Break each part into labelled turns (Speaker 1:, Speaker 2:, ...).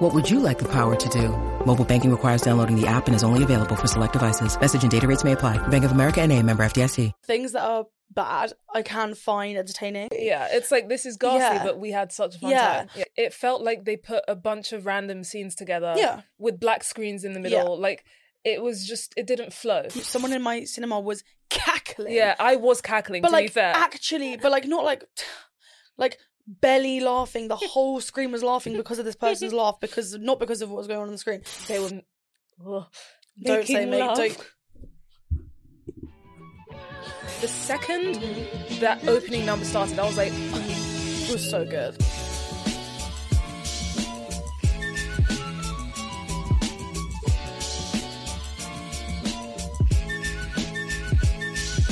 Speaker 1: What would you like the power to do? Mobile banking requires downloading the app and is only available for select devices. Message and data rates may apply. Bank of America and a member FDIC.
Speaker 2: Things that are bad, I can find entertaining.
Speaker 3: Yeah, it's like this is ghastly,
Speaker 2: Yeah.
Speaker 3: but we had such a fun
Speaker 2: Yeah.
Speaker 3: time. Yeah. It felt like they put a bunch of random scenes together
Speaker 2: Yeah.
Speaker 3: with black screens in the middle.
Speaker 2: Yeah.
Speaker 3: Like it was just it didn't flow.
Speaker 2: Someone in my cinema was cackling.
Speaker 3: Yeah, I was cackling
Speaker 2: but
Speaker 3: to
Speaker 2: like
Speaker 3: be fair.
Speaker 2: actually, but like not like like belly laughing. The whole screen was laughing because of this person's laugh, because not because of what was going on on the screen.
Speaker 3: they were Ugh.
Speaker 2: Don't say
Speaker 3: Making
Speaker 2: mate.
Speaker 3: love.
Speaker 2: Don't.
Speaker 3: The second that opening number started, I was like,
Speaker 2: It was so good.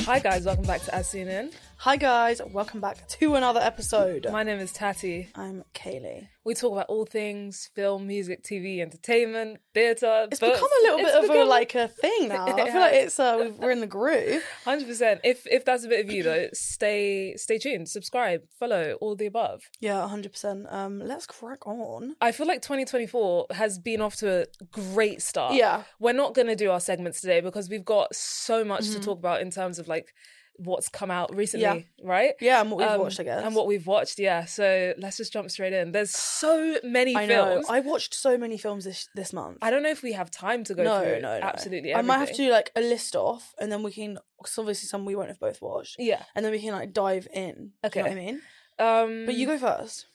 Speaker 3: "Hi guys, welcome back to As Seen In.
Speaker 2: Hi guys, welcome back to another episode.
Speaker 3: My name is Tati.
Speaker 2: I'm Kaylee.
Speaker 3: We talk about all things film, music, TV, entertainment, theatre.
Speaker 2: It's
Speaker 3: books.
Speaker 2: become a little
Speaker 3: It's
Speaker 2: bit of a
Speaker 3: become-
Speaker 2: like a thing now. I feel like it's uh we've, we're in the groove.
Speaker 3: Hundred percent. If if that's a bit of you though, stay stay tuned, subscribe, follow, all the above.
Speaker 2: Yeah, hundred percent. Um, let's crack on.
Speaker 3: I feel like 2024 has been off to a great start.
Speaker 2: Yeah.
Speaker 3: we're not gonna do our segments today because we've got so much
Speaker 2: Mm-hmm.
Speaker 3: to talk about in terms of like what's come out recently,
Speaker 2: Yeah.
Speaker 3: right?
Speaker 2: Yeah, and what we've
Speaker 3: Um,
Speaker 2: watched, I guess.
Speaker 3: and what we've watched. Yeah, so let's just jump straight in. There's so many
Speaker 2: I know.
Speaker 3: films.
Speaker 2: I watched so many films this this month.
Speaker 3: I don't know if we have time to go
Speaker 2: no,
Speaker 3: through
Speaker 2: no, no.
Speaker 3: absolutely.
Speaker 2: I might have to
Speaker 3: everything.
Speaker 2: do like a list off, and then we can. Because obviously, some we won't have both watched.
Speaker 3: Yeah.
Speaker 2: And then we can like dive in. Do you know what I
Speaker 3: Okay.
Speaker 2: mean?
Speaker 3: Um,
Speaker 2: But you go first.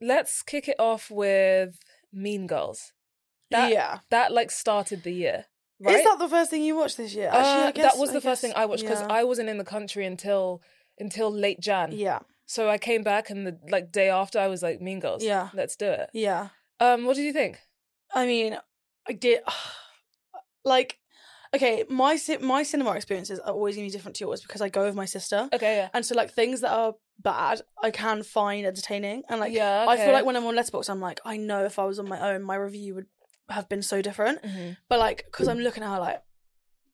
Speaker 3: Let's kick it off with Mean Girls. That,
Speaker 2: yeah.
Speaker 3: that like started the year. Right?
Speaker 2: Is that the first thing you watched this year?
Speaker 3: Uh,
Speaker 2: Actually, I guess,
Speaker 3: that was the first thing I watched because I wasn't in the country until until late Jan.
Speaker 2: Yeah.
Speaker 3: So I came back and the like day after I was like Mean Girls.
Speaker 2: Yeah.
Speaker 3: Let's do it.
Speaker 2: Yeah.
Speaker 3: Um, what did you think?
Speaker 2: I mean, I did like okay, my ci- my cinema experiences are always gonna be different to yours because I go with my sister.
Speaker 3: Okay, yeah.
Speaker 2: And so like things that are bad I can find entertaining. And like
Speaker 3: Yeah,
Speaker 2: I
Speaker 3: okay.
Speaker 2: feel like when I'm on Letterboxd I'm like, I know if I was on my own my review would have been so different.
Speaker 3: Mm-hmm.
Speaker 2: But like because I'm looking at her like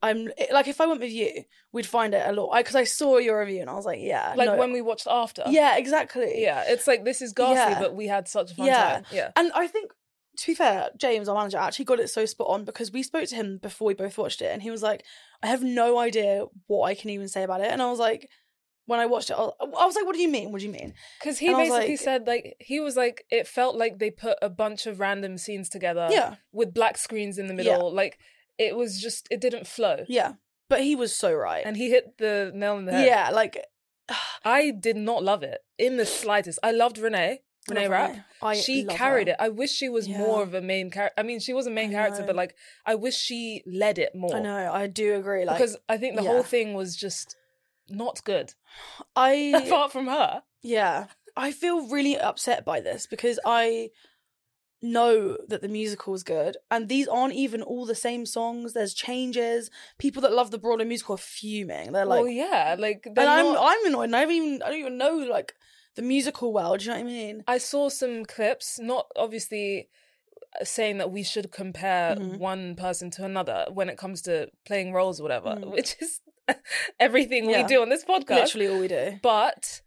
Speaker 2: I'm it- like if I went with you, we'd find it a lot. Because I, saw your review and I was like, yeah,
Speaker 3: Like
Speaker 2: Uh, no.
Speaker 3: when we watched after.
Speaker 2: yeah, exactly,
Speaker 3: Yeah. It's like this is ghastly,
Speaker 2: Yeah.
Speaker 3: but we had such a fun
Speaker 2: Yeah.
Speaker 3: time. Yeah.
Speaker 2: And I think, to be fair, James, our manager, actually got it so spot on because we spoke to him before we both watched it, and he was like, "I have no idea what I can even say about it," and I was like. When I watched it, I was, I was like, "What do you mean? What do you mean?"
Speaker 3: Because he
Speaker 2: And I was
Speaker 3: basically
Speaker 2: like-
Speaker 3: said like he was like it felt like they put a bunch of random scenes together
Speaker 2: Yeah.
Speaker 3: with black screens in the middle.
Speaker 2: Yeah.
Speaker 3: Like it was just it didn't flow.
Speaker 2: Yeah, but he was so right.
Speaker 3: And he hit the nail on the head.
Speaker 2: yeah, like
Speaker 3: I did not love it in the slightest. I loved Renee. Renee
Speaker 2: Love
Speaker 3: Rapp.
Speaker 2: Renee. I
Speaker 3: she
Speaker 2: love
Speaker 3: carried
Speaker 2: her.
Speaker 3: it. I wish she was
Speaker 2: Yeah.
Speaker 3: more of a main character. I mean, she was a main
Speaker 2: I
Speaker 3: character,
Speaker 2: know.
Speaker 3: but like, I wish she led it more.
Speaker 2: I know, I do agree. Like,
Speaker 3: because I think the
Speaker 2: yeah.
Speaker 3: whole thing was just not good.
Speaker 2: I
Speaker 3: Apart from her.
Speaker 2: Yeah. I feel really upset by this because I know that the musical is good and these aren't even all the same songs. There's changes. People that love the Broadway musical are fuming. They're like
Speaker 3: well, yeah. Like,
Speaker 2: And
Speaker 3: they're
Speaker 2: I'm
Speaker 3: not-
Speaker 2: I'm annoyed and I haven't even I don't even know like the musical world, do you know what I mean?
Speaker 3: I saw some clips, not obviously uh, saying that we should compare
Speaker 2: Mm-hmm.
Speaker 3: one person to another when it comes to playing roles or whatever, which is everything
Speaker 2: Mm. Yeah.
Speaker 3: we do on this podcast.
Speaker 2: Literally all we do.
Speaker 3: But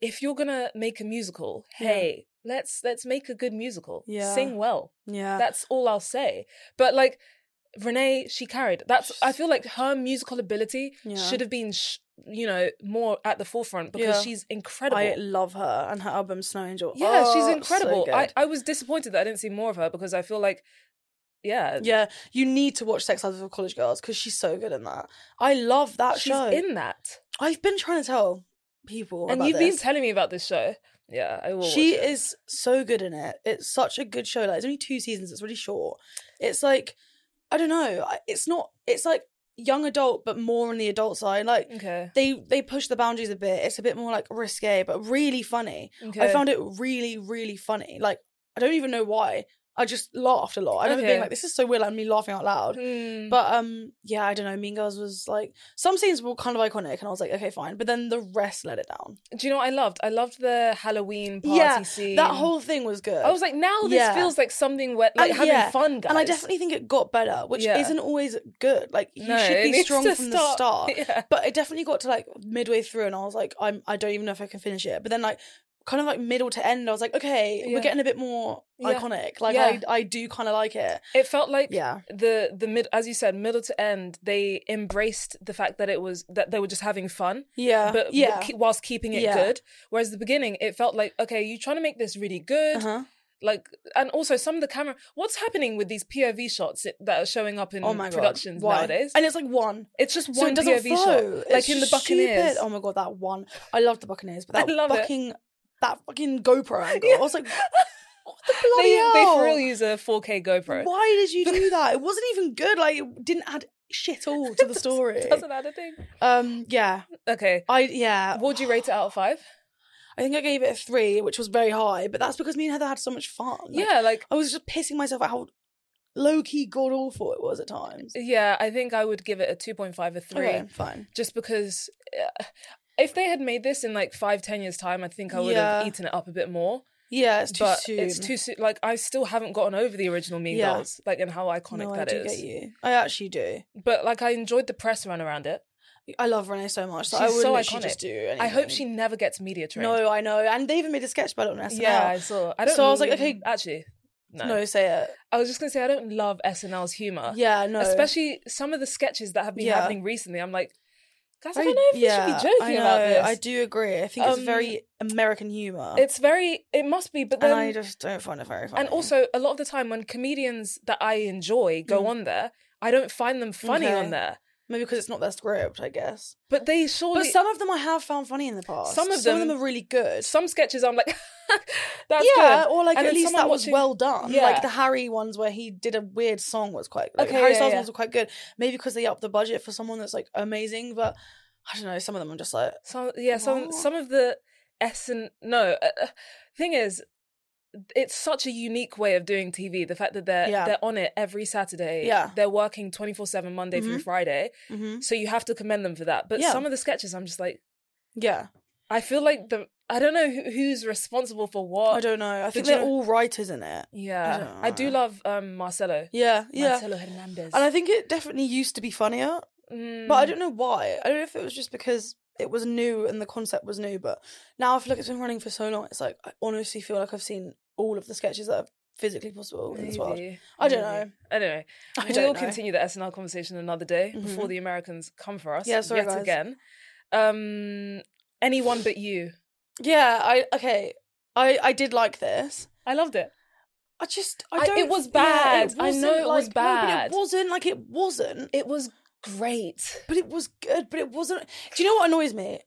Speaker 3: if you're gonna make a musical, hey, let's let's make a good musical.
Speaker 2: Yeah. Uh,
Speaker 3: Sing well.
Speaker 2: Yeah.
Speaker 3: That's all I'll say. But like Renee, she carried. That's I feel like her musical ability
Speaker 2: Yeah.
Speaker 3: should have been, sh- you know, more at the forefront because
Speaker 2: Yeah.
Speaker 3: she's incredible.
Speaker 2: I love her and her album Snow Angel.
Speaker 3: yeah,
Speaker 2: Oh,
Speaker 3: she's
Speaker 2: so
Speaker 3: incredible.
Speaker 2: good.
Speaker 3: I, I was disappointed that I didn't see more of her because I feel like, yeah,
Speaker 2: yeah, you need to watch Sex Lives of College Girls because she's so good in that. I love that
Speaker 3: she's
Speaker 2: show.
Speaker 3: in that.
Speaker 2: I've been trying to tell people,
Speaker 3: And
Speaker 2: about
Speaker 3: you've
Speaker 2: this.
Speaker 3: been telling me about this show. Yeah, I will.
Speaker 2: She
Speaker 3: watch it.
Speaker 2: is so good in it. It's such a good show. Like it's only two seasons. It's really short. It's like I don't know. I- It's not. It's like young adult, but more on the adult side. Like
Speaker 3: okay.
Speaker 2: they they push the boundaries a bit. It's a bit more like risque, but really funny.
Speaker 3: Okay.
Speaker 2: I found it really really funny. Like I don't even know why. I just laughed a lot. I remember
Speaker 3: Okay.
Speaker 2: being like, "This is so weird," like me laughing out loud.
Speaker 3: Hmm.
Speaker 2: But um, yeah, I don't know. Mean Girls was like some scenes were kind of iconic, and I was like, okay, fine. But then the rest let it down.
Speaker 3: Do you know what I loved? I loved the Halloween party
Speaker 2: Yeah,
Speaker 3: scene.
Speaker 2: That whole thing was good.
Speaker 3: I was like, now this
Speaker 2: Yeah.
Speaker 3: feels like something where like
Speaker 2: And
Speaker 3: having
Speaker 2: yeah,
Speaker 3: fun, guys.
Speaker 2: and I definitely think it got better, which
Speaker 3: Yeah.
Speaker 2: isn't always good. Like you
Speaker 3: No,
Speaker 2: should
Speaker 3: it
Speaker 2: be
Speaker 3: needs
Speaker 2: strong
Speaker 3: to
Speaker 2: from the
Speaker 3: start.
Speaker 2: start.
Speaker 3: Yeah.
Speaker 2: But it definitely got to like midway through, and I was like, I'm I don't even know if I can finish it. But then like kind of like middle to end, I was like, okay,
Speaker 3: Yeah.
Speaker 2: we're getting a bit more
Speaker 3: Yeah.
Speaker 2: iconic. Like
Speaker 3: Yeah.
Speaker 2: I I do kind of like it.
Speaker 3: It felt like
Speaker 2: Yeah.
Speaker 3: the the mid as you said middle to end they embraced the fact that it was that they were just having fun
Speaker 2: Yeah,
Speaker 3: but w-
Speaker 2: yeah.
Speaker 3: ke- whilst keeping it
Speaker 2: Yeah.
Speaker 3: good whereas the beginning it felt like okay you're trying to make this really good
Speaker 2: Uh-huh.
Speaker 3: like and also some of the camera what's happening with these POV shots it- that are showing up in
Speaker 2: Oh my god,
Speaker 3: productions
Speaker 2: Why?
Speaker 3: nowadays
Speaker 2: and it's like one.
Speaker 3: it's just
Speaker 2: so
Speaker 3: one
Speaker 2: it doesn't
Speaker 3: POV
Speaker 2: flow.
Speaker 3: shot like
Speaker 2: It's
Speaker 3: in the
Speaker 2: stupid.
Speaker 3: Buccaneers
Speaker 2: Oh my god, that one! I love the Buccaneers, but
Speaker 3: I
Speaker 2: that
Speaker 3: love it.
Speaker 2: fucking that fucking GoPro angle. I was like, what the bloody
Speaker 3: they, they
Speaker 2: hell?
Speaker 3: for real use a 4K GoPro
Speaker 2: Why did you do that? It wasn't even good. Like it didn't add shit all to the story.
Speaker 3: doesn't add a thing
Speaker 2: um, yeah,
Speaker 3: okay
Speaker 2: I yeah,
Speaker 3: would you rate it out of five
Speaker 2: I think I gave it a three, which was very high, but that's because me and Heather had so much fun. Like,
Speaker 3: yeah like
Speaker 2: I was just pissing myself at how low key god awful it was at times.
Speaker 3: yeah I think I would give it a 2.5 or 3
Speaker 2: Okay, fine.
Speaker 3: just because uh, if they had made this in like five ten years time i think i would have
Speaker 2: Yeah.
Speaker 3: eaten it up a bit more
Speaker 2: Yeah, it's too
Speaker 3: but
Speaker 2: soon.
Speaker 3: it's too soon like i still haven't gotten over the original mean
Speaker 2: Yeah.
Speaker 3: girls like and how iconic
Speaker 2: no,
Speaker 3: that
Speaker 2: I do
Speaker 3: is.
Speaker 2: get you. I actually do.
Speaker 3: but like i enjoyed the press run around it
Speaker 2: I love Renee so much that
Speaker 3: She's
Speaker 2: I would
Speaker 3: so
Speaker 2: so actually
Speaker 3: iconic.
Speaker 2: just do. Anything.
Speaker 3: i hope she never gets media trained
Speaker 2: No, I know, and they even made a sketch about it on SNL.
Speaker 3: yeah i saw i don't
Speaker 2: So I was like, okay-
Speaker 3: actually no.
Speaker 2: no, say it.
Speaker 3: i was just gonna say i don't love snl's humor
Speaker 2: Yeah, no,
Speaker 3: especially some of the sketches that have been
Speaker 2: Yeah.
Speaker 3: happening recently i'm like guys i, don't know if we should be
Speaker 2: I
Speaker 3: joking about
Speaker 2: know,
Speaker 3: this
Speaker 2: I do agree. I think
Speaker 3: Um,
Speaker 2: it's very American humor,
Speaker 3: it's very it must be but
Speaker 2: and
Speaker 3: then
Speaker 2: I just don't find it very funny.
Speaker 3: And also, a lot of the time when comedians that I enjoy go on there, I don't find them funny
Speaker 2: Mm. Okay.
Speaker 3: on there.
Speaker 2: maybe because it's not their script, I guess.
Speaker 3: But they
Speaker 2: But
Speaker 3: surely some,
Speaker 2: some of them I have found funny in the past.
Speaker 3: Some of
Speaker 2: some
Speaker 3: them-
Speaker 2: are really good.
Speaker 3: sketches I'm like, that's
Speaker 2: yeah,
Speaker 3: good.
Speaker 2: or like
Speaker 3: And
Speaker 2: at
Speaker 3: then
Speaker 2: least
Speaker 3: someone
Speaker 2: that was
Speaker 3: watching-
Speaker 2: well done.
Speaker 3: Yeah.
Speaker 2: Like the Harry ones where he did a weird song was quite like,
Speaker 3: Okay,
Speaker 2: Harry
Speaker 3: yeah,
Speaker 2: Styles
Speaker 3: yeah.
Speaker 2: ones were quite good. Maybe because they upped the budget for someone that's like amazing, but I don't know. Some of them I'm just like,
Speaker 3: Some yeah, some
Speaker 2: What?
Speaker 3: some of the S and no uh, uh, thing is, it's such a unique way of doing TV. The fact that they're
Speaker 2: Yeah.
Speaker 3: they're on it every Saturday.
Speaker 2: Yeah.
Speaker 3: they're working twenty four seven Monday through Friday.
Speaker 2: mhm.
Speaker 3: So you have to commend them for that. But
Speaker 2: Yeah.
Speaker 3: some of the sketches, I'm just like,
Speaker 2: yeah,
Speaker 3: I feel like the I don't know who, who's responsible for what.
Speaker 2: I don't know. I think
Speaker 3: you
Speaker 2: they're
Speaker 3: know-
Speaker 2: all writers in it.
Speaker 3: Yeah,
Speaker 2: don't
Speaker 3: I, do
Speaker 2: know.
Speaker 3: love um Marcelo.
Speaker 2: Yeah, yeah.
Speaker 3: Marcelo Hernandez.
Speaker 2: And I think it definitely used to be funnier,
Speaker 3: Mm,
Speaker 2: but I don't know why. I don't know if it was just because it was new and the concept was new, but now I feel like it's been running for so long. It's like I honestly feel like I've seen all of the sketches that are physically possible in this world.
Speaker 3: maybe,
Speaker 2: I don't
Speaker 3: maybe.
Speaker 2: know.
Speaker 3: Anyway,
Speaker 2: I
Speaker 3: we'll
Speaker 2: don't know. Mm-hmm.
Speaker 3: continue the SNL conversation another day before the Americans come for us.
Speaker 2: Yeah, sorry,
Speaker 3: yet
Speaker 2: guys.
Speaker 3: again. Um, anyone but you.
Speaker 2: Yeah, I okay. I I did like this.
Speaker 3: I loved it.
Speaker 2: I just
Speaker 3: I-
Speaker 2: I
Speaker 3: it
Speaker 2: don't.
Speaker 3: was
Speaker 2: yeah,
Speaker 3: bad. I know
Speaker 2: wasn't
Speaker 3: it was
Speaker 2: like- no,
Speaker 3: bad.
Speaker 2: but it wasn't like it wasn't.
Speaker 3: It was great.
Speaker 2: but it was good. But it wasn't. Do you know what annoys me?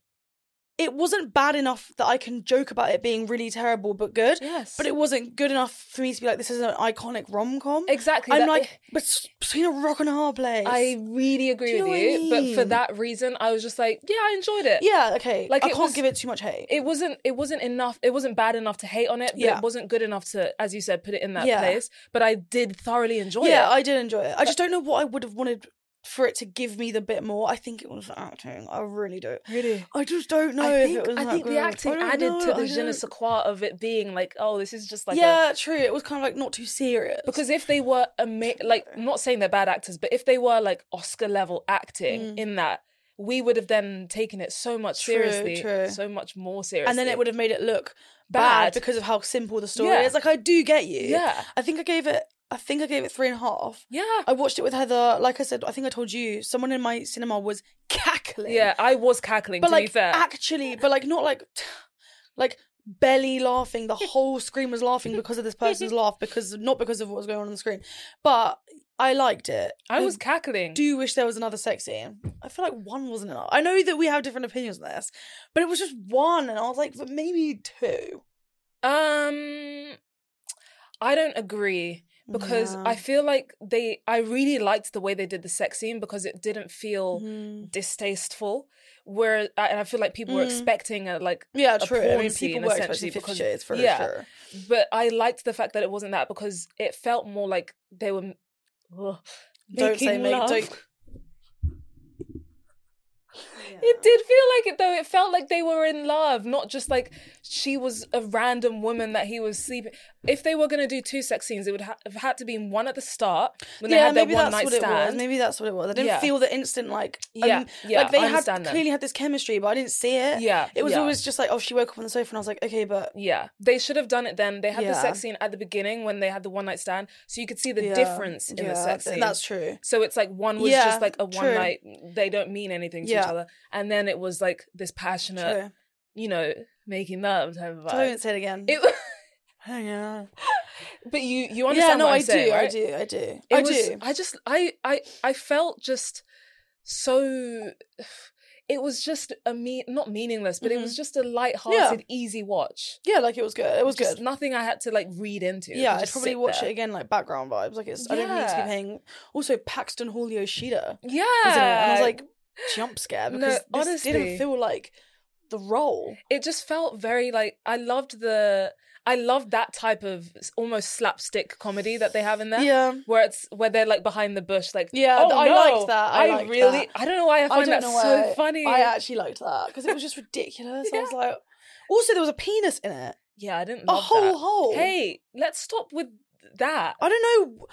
Speaker 2: It wasn't bad enough that I can joke about it being really terrible but good.
Speaker 3: Yes.
Speaker 2: But it wasn't good enough for me to be like, this is an iconic rom com.
Speaker 3: Exactly.
Speaker 2: I'm
Speaker 3: that-
Speaker 2: like, but s- between a rock and a hard place.
Speaker 3: I really agree
Speaker 2: you
Speaker 3: with
Speaker 2: know
Speaker 3: you,
Speaker 2: what I
Speaker 3: but for
Speaker 2: mean?
Speaker 3: that reason, I was just like, yeah, I enjoyed it.
Speaker 2: yeah, okay. Like
Speaker 3: Like,
Speaker 2: I
Speaker 3: it
Speaker 2: can't
Speaker 3: was-
Speaker 2: give it too much hate.
Speaker 3: It wasn't. It wasn't enough. It wasn't bad enough to hate on it. But
Speaker 2: Yeah.
Speaker 3: It wasn't good enough to, as you said, put it in that
Speaker 2: Yeah.
Speaker 3: place. But I did thoroughly enjoy
Speaker 2: yeah,
Speaker 3: it.
Speaker 2: I did enjoy it. I just don't know what I would have wanted for it to give me the bit more. I think it was the acting. I really do.
Speaker 3: really.
Speaker 2: I just don't know
Speaker 3: I
Speaker 2: if
Speaker 3: think,
Speaker 2: it was.
Speaker 3: I
Speaker 2: that
Speaker 3: think
Speaker 2: good.
Speaker 3: the acting
Speaker 2: I don't
Speaker 3: added
Speaker 2: know,
Speaker 3: to
Speaker 2: I
Speaker 3: the je ne
Speaker 2: don't-
Speaker 3: sais quoi of it being like, oh, this is just like a.
Speaker 2: yeah, true. It was kind of like not too serious.
Speaker 3: Because if they were ama- like, I'm not saying they're bad actors, but if they were like Oscar level acting in that, we would have then taken it so much
Speaker 2: Mm. True,
Speaker 3: seriously,
Speaker 2: true.
Speaker 3: so much more seriously.
Speaker 2: and then it would have made it look
Speaker 3: Bad.
Speaker 2: bad, because of how simple the story
Speaker 3: Yeah.
Speaker 2: is. Like I do get you.
Speaker 3: Yeah.
Speaker 2: I think I gave it. I think I gave it three and a half.
Speaker 3: Yeah.
Speaker 2: I watched it with Heather. Like I said, I think I told you. Someone in my cinema was cackling.
Speaker 3: yeah, I was cackling.
Speaker 2: but
Speaker 3: to
Speaker 2: like
Speaker 3: be fair,
Speaker 2: actually, but like not like, like belly laughing. The whole screen was laughing because of this person's laugh, because not because of what was going on on the screen. But I liked it.
Speaker 3: I was cackling.
Speaker 2: do you wish there was another sex scene. I feel like one wasn't enough. I know that we have different opinions on this, but it was just one, and I was like, but maybe two.
Speaker 3: Um, I don't agree because
Speaker 2: Yeah.
Speaker 3: I feel like they I really liked the way they did the sex scene because it didn't feel
Speaker 2: Mhm.
Speaker 3: distasteful. Where I- and I feel like people were
Speaker 2: Mm.
Speaker 3: expecting a like,
Speaker 2: Yeah,
Speaker 3: a
Speaker 2: true. I
Speaker 3: porn
Speaker 2: mean,
Speaker 3: scene,
Speaker 2: people were
Speaker 3: essentially,
Speaker 2: expecting Fifty
Speaker 3: because-
Speaker 2: Shades for
Speaker 3: yeah.
Speaker 2: sure.
Speaker 3: but I liked the fact that it wasn't that because it felt more like they were. Ugh,
Speaker 2: Don't say
Speaker 3: making
Speaker 2: make.
Speaker 3: love.
Speaker 2: Don't.
Speaker 3: It did feel like it though. It felt like they were in love, not just like she was a random woman that he was sleeping. If they were gonna do two sex scenes, it would ha- have had to be one at the start when they
Speaker 2: yeah,
Speaker 3: had their
Speaker 2: maybe
Speaker 3: one
Speaker 2: that's
Speaker 3: night
Speaker 2: what
Speaker 3: stand.
Speaker 2: it was. Maybe that's what it was. I didn't
Speaker 3: Yeah.
Speaker 2: feel the instant like
Speaker 3: Yeah,
Speaker 2: um,
Speaker 3: yeah,
Speaker 2: like they
Speaker 3: I
Speaker 2: had
Speaker 3: understand that.
Speaker 2: clearly had this chemistry, but I didn't see it.
Speaker 3: Yeah,
Speaker 2: it was
Speaker 3: yeah.
Speaker 2: always just like oh, she woke up on the sofa, and I was like, okay, but
Speaker 3: Yeah, they should have done it then. They had the
Speaker 2: Yeah.
Speaker 3: sex scene at the beginning when they had the one night stand, so you could see the
Speaker 2: yeah,
Speaker 3: difference in
Speaker 2: yeah,
Speaker 3: the sex
Speaker 2: th-
Speaker 3: scene.
Speaker 2: That's true.
Speaker 3: So it's like one was
Speaker 2: Yeah,
Speaker 3: just like a one
Speaker 2: true.
Speaker 3: night; they don't mean anything to each
Speaker 2: Yeah.
Speaker 3: other, and then it was like this passionate,
Speaker 2: True.
Speaker 3: you know, making love type of vibe.
Speaker 2: Don't say it again.
Speaker 3: It,
Speaker 2: Hang on.
Speaker 3: but you you
Speaker 2: Yeah,
Speaker 3: understand
Speaker 2: no,
Speaker 3: what I'm
Speaker 2: I
Speaker 3: saying,
Speaker 2: do,
Speaker 3: right?
Speaker 2: I do, I do,
Speaker 3: It
Speaker 2: I
Speaker 3: was,
Speaker 2: do.
Speaker 3: I just I I I felt just so it was just a mean not meaningless, but it was just a light-hearted, easy watch.
Speaker 2: Yeah, like it was good. Mm-hmm. It was
Speaker 3: Just
Speaker 2: good.
Speaker 3: nothing I had to like read into. It
Speaker 2: Yeah,
Speaker 3: could
Speaker 2: I'd
Speaker 3: just
Speaker 2: probably
Speaker 3: sit
Speaker 2: watch
Speaker 3: there.
Speaker 2: it again, like background vibes. Like it's, I don't need to be
Speaker 3: Yeah.
Speaker 2: paying. Also, Paxton Hall Yoshida
Speaker 3: Yeah.
Speaker 2: was in it, and I was like jump scare
Speaker 3: No,
Speaker 2: because this
Speaker 3: honestly.
Speaker 2: didn't feel like the role.
Speaker 3: it just felt very like I loved the I loved that type of s- almost slapstick comedy that they have in there.
Speaker 2: Yeah.
Speaker 3: Where it's where they're like behind the bush, like
Speaker 2: Yeah,
Speaker 3: oh,
Speaker 2: th- I
Speaker 3: no,
Speaker 2: liked that, I liked
Speaker 3: really,
Speaker 2: that.
Speaker 3: I don't know why I find that so
Speaker 2: why.
Speaker 3: funny.
Speaker 2: I actually liked that because it was just ridiculous. I was like, also there was a penis in it,
Speaker 3: yeah, I didn't
Speaker 2: a
Speaker 3: love
Speaker 2: whole
Speaker 3: that.
Speaker 2: hole.
Speaker 3: Hey, let's stop with that.
Speaker 2: I don't know.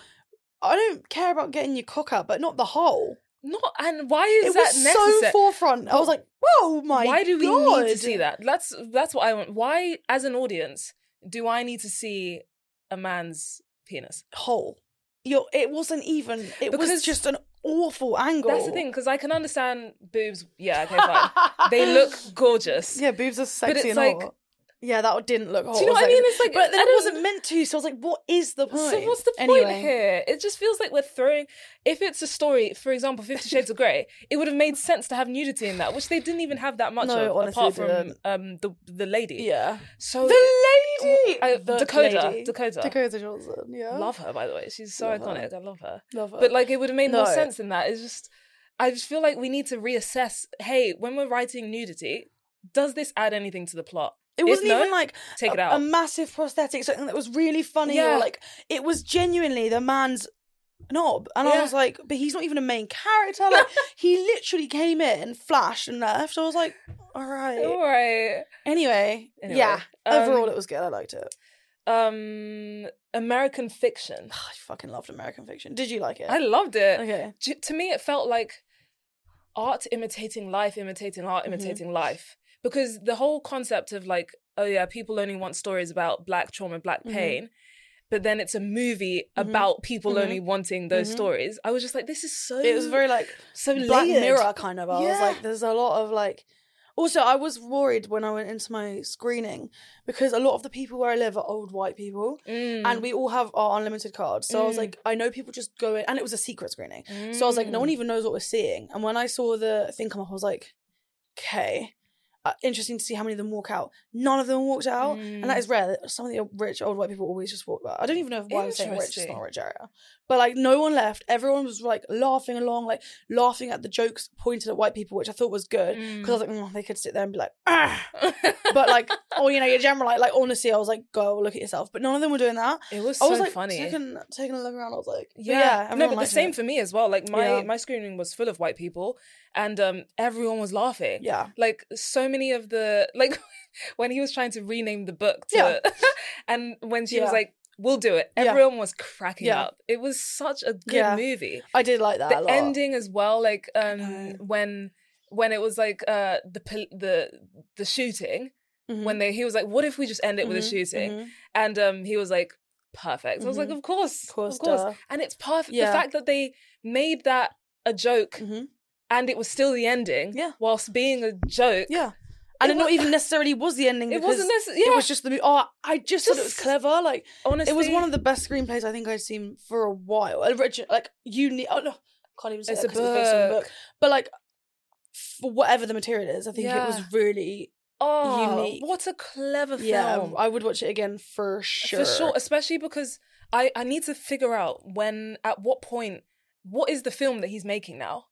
Speaker 2: I don't care about getting your cock out, but not the hole.
Speaker 3: Not and why is
Speaker 2: it
Speaker 3: that
Speaker 2: was
Speaker 3: necessary?
Speaker 2: so forefront. I was like, whoa, my
Speaker 3: why do we
Speaker 2: God.
Speaker 3: need to see that? That's that's what I want. Why, as an audience, do I need to see a man's penis?
Speaker 2: hole? You're, it wasn't even. It
Speaker 3: Because-
Speaker 2: was just an awful angle.
Speaker 3: That's the thing because I can understand boobs. Yeah, okay, fine. they look gorgeous.
Speaker 2: Yeah, boobs are sexy
Speaker 3: it's
Speaker 2: and
Speaker 3: like-
Speaker 2: hot. Yeah, that didn't look hot.
Speaker 3: Do you know
Speaker 2: was
Speaker 3: what I mean? It's like
Speaker 2: but then
Speaker 3: I
Speaker 2: it
Speaker 3: don't-
Speaker 2: wasn't meant to. So I was like, what is the point?
Speaker 3: So what's the point
Speaker 2: Anyway.
Speaker 3: here? It just feels like we're throwing. If it's a story, for example, Fifty Shades of Grey, it would have made sense to have nudity in that, which they didn't even have that much
Speaker 2: No,
Speaker 3: of,
Speaker 2: honestly,
Speaker 3: apart
Speaker 2: they
Speaker 3: from
Speaker 2: didn't.
Speaker 3: um the the lady.
Speaker 2: Yeah.
Speaker 3: So
Speaker 2: lady,
Speaker 3: Uh, Dakota, Dakota.
Speaker 2: Dakota Johnson. Yeah,
Speaker 3: love her by the way. She's so
Speaker 2: Love her.
Speaker 3: iconic. I love her.
Speaker 2: love her.
Speaker 3: But like, it would have made more
Speaker 2: No.
Speaker 3: sense in that. It's just, I just feel like we need to reassess. Hey, when we're writing nudity, does this add anything to the plot?
Speaker 2: it
Speaker 3: if
Speaker 2: wasn't
Speaker 3: no,
Speaker 2: even like
Speaker 3: take
Speaker 2: a,
Speaker 3: it out.
Speaker 2: a massive prosthetic, something that was really funny.
Speaker 3: Yeah.
Speaker 2: Or like it was genuinely the man's knob, and
Speaker 3: Yeah.
Speaker 2: I was like, but he's not even a main character. Like he literally came in, flashed, and left. I was like, all
Speaker 3: All
Speaker 2: right.
Speaker 3: right.
Speaker 2: Anyway,
Speaker 3: Anyway,
Speaker 2: yeah.
Speaker 3: um,
Speaker 2: Overall, it was good. I liked it.
Speaker 3: Um, American Fiction.
Speaker 2: I fucking loved American Fiction. Did you like it?
Speaker 3: I loved it.
Speaker 2: okay.
Speaker 3: J- to me, it felt like art imitating life, imitating art,
Speaker 2: Mhm.
Speaker 3: imitating life. Because the whole concept of like, oh yeah, people only want stories about black trauma, black
Speaker 2: Mhm.
Speaker 3: pain, but then it's a movie
Speaker 2: Mhm.
Speaker 3: about people
Speaker 2: Mhm.
Speaker 3: only wanting those
Speaker 2: Mhm.
Speaker 3: stories. I was just like, this is so.
Speaker 2: It was very like
Speaker 3: so
Speaker 2: Black
Speaker 3: layered.
Speaker 2: Mirror kind of. I was
Speaker 3: Yeah.
Speaker 2: like, there's a lot of like. Also, I was worried when I went into my screening because a lot of the people where I live are old white people,
Speaker 3: Mm.
Speaker 2: and we all have our unlimited cards. So I was
Speaker 3: Mm.
Speaker 2: like, I know people just go in, and it was a secret screening. So I was like, no one
Speaker 3: Mm.
Speaker 2: even knows what we're seeing. And when I saw the thing come up, I was like, okay, uh, interesting to see how many of them walk out. None of them
Speaker 3: Mm.
Speaker 2: walked out, and that is rare. Some of the rich old white people always just walk out. I don't even know why I'm saying rich. It's
Speaker 3: Interesting.
Speaker 2: not a rich area, but like no one left. Everyone was like laughing along, like laughing at the jokes pointed at white people, which I thought was good
Speaker 3: Mm.
Speaker 2: because I was like, mm, they could sit there and be like, ah. but like, oh, you know, your general like, like honestly, I was like, go look at yourself. But none of them were doing that.
Speaker 3: it was
Speaker 2: I
Speaker 3: so
Speaker 2: was like
Speaker 3: funny.
Speaker 2: taking taking a look around. I was like, but
Speaker 3: yeah, no,
Speaker 2: everyone
Speaker 3: but the
Speaker 2: liked
Speaker 3: same
Speaker 2: it.
Speaker 3: for me as well. Like my
Speaker 2: Yeah.
Speaker 3: my screening was full of white people, and um, everyone was laughing.
Speaker 2: Yeah,
Speaker 3: like so many of the like when he was trying to rename the book to
Speaker 2: Yeah.
Speaker 3: and when she
Speaker 2: Yeah.
Speaker 3: was like we'll do it
Speaker 2: Yeah.
Speaker 3: everyone was cracking
Speaker 2: Yeah.
Speaker 3: up it was such a good
Speaker 2: Yeah.
Speaker 3: movie
Speaker 2: I did like that. a
Speaker 3: the
Speaker 2: lot.
Speaker 3: ending as well like um
Speaker 2: know.
Speaker 3: when when it was like uh the pol- the the shooting
Speaker 2: Mhm.
Speaker 3: when they he was like what if we just end it with a
Speaker 2: Mhm,
Speaker 3: shooting
Speaker 2: mhm.
Speaker 3: and um he was like perfect i was like
Speaker 2: Mhm.
Speaker 3: of course
Speaker 2: Of course, duh.
Speaker 3: and it's perfect
Speaker 2: Yeah.
Speaker 3: the fact that they made that a joke
Speaker 2: Mhm.
Speaker 3: and it was still the ending
Speaker 2: Yeah.
Speaker 3: whilst being a joke
Speaker 2: Yeah, and
Speaker 3: It
Speaker 2: it, not
Speaker 3: wa-
Speaker 2: even necessarily was the ending.
Speaker 3: it
Speaker 2: because
Speaker 3: wasn't necessary yeah
Speaker 2: It was just the mo- oh, I just, thought it was
Speaker 3: Just-
Speaker 2: clever. Like
Speaker 3: honestly
Speaker 2: it was one of the best screenplays I think I'd seen for a while. Origin, like uni, oh no, can't even say
Speaker 3: It's
Speaker 2: that
Speaker 3: a
Speaker 2: 'cause it was based on a
Speaker 3: book.
Speaker 2: But like for whatever the material is, I think it
Speaker 3: Yeah.
Speaker 2: was really
Speaker 3: oh,
Speaker 2: unique-
Speaker 3: What a clever
Speaker 2: yeah.
Speaker 3: film.
Speaker 2: I would watch it again for sure.
Speaker 3: For sure, especially because I I need to figure out when at what point what is the film that he's making now?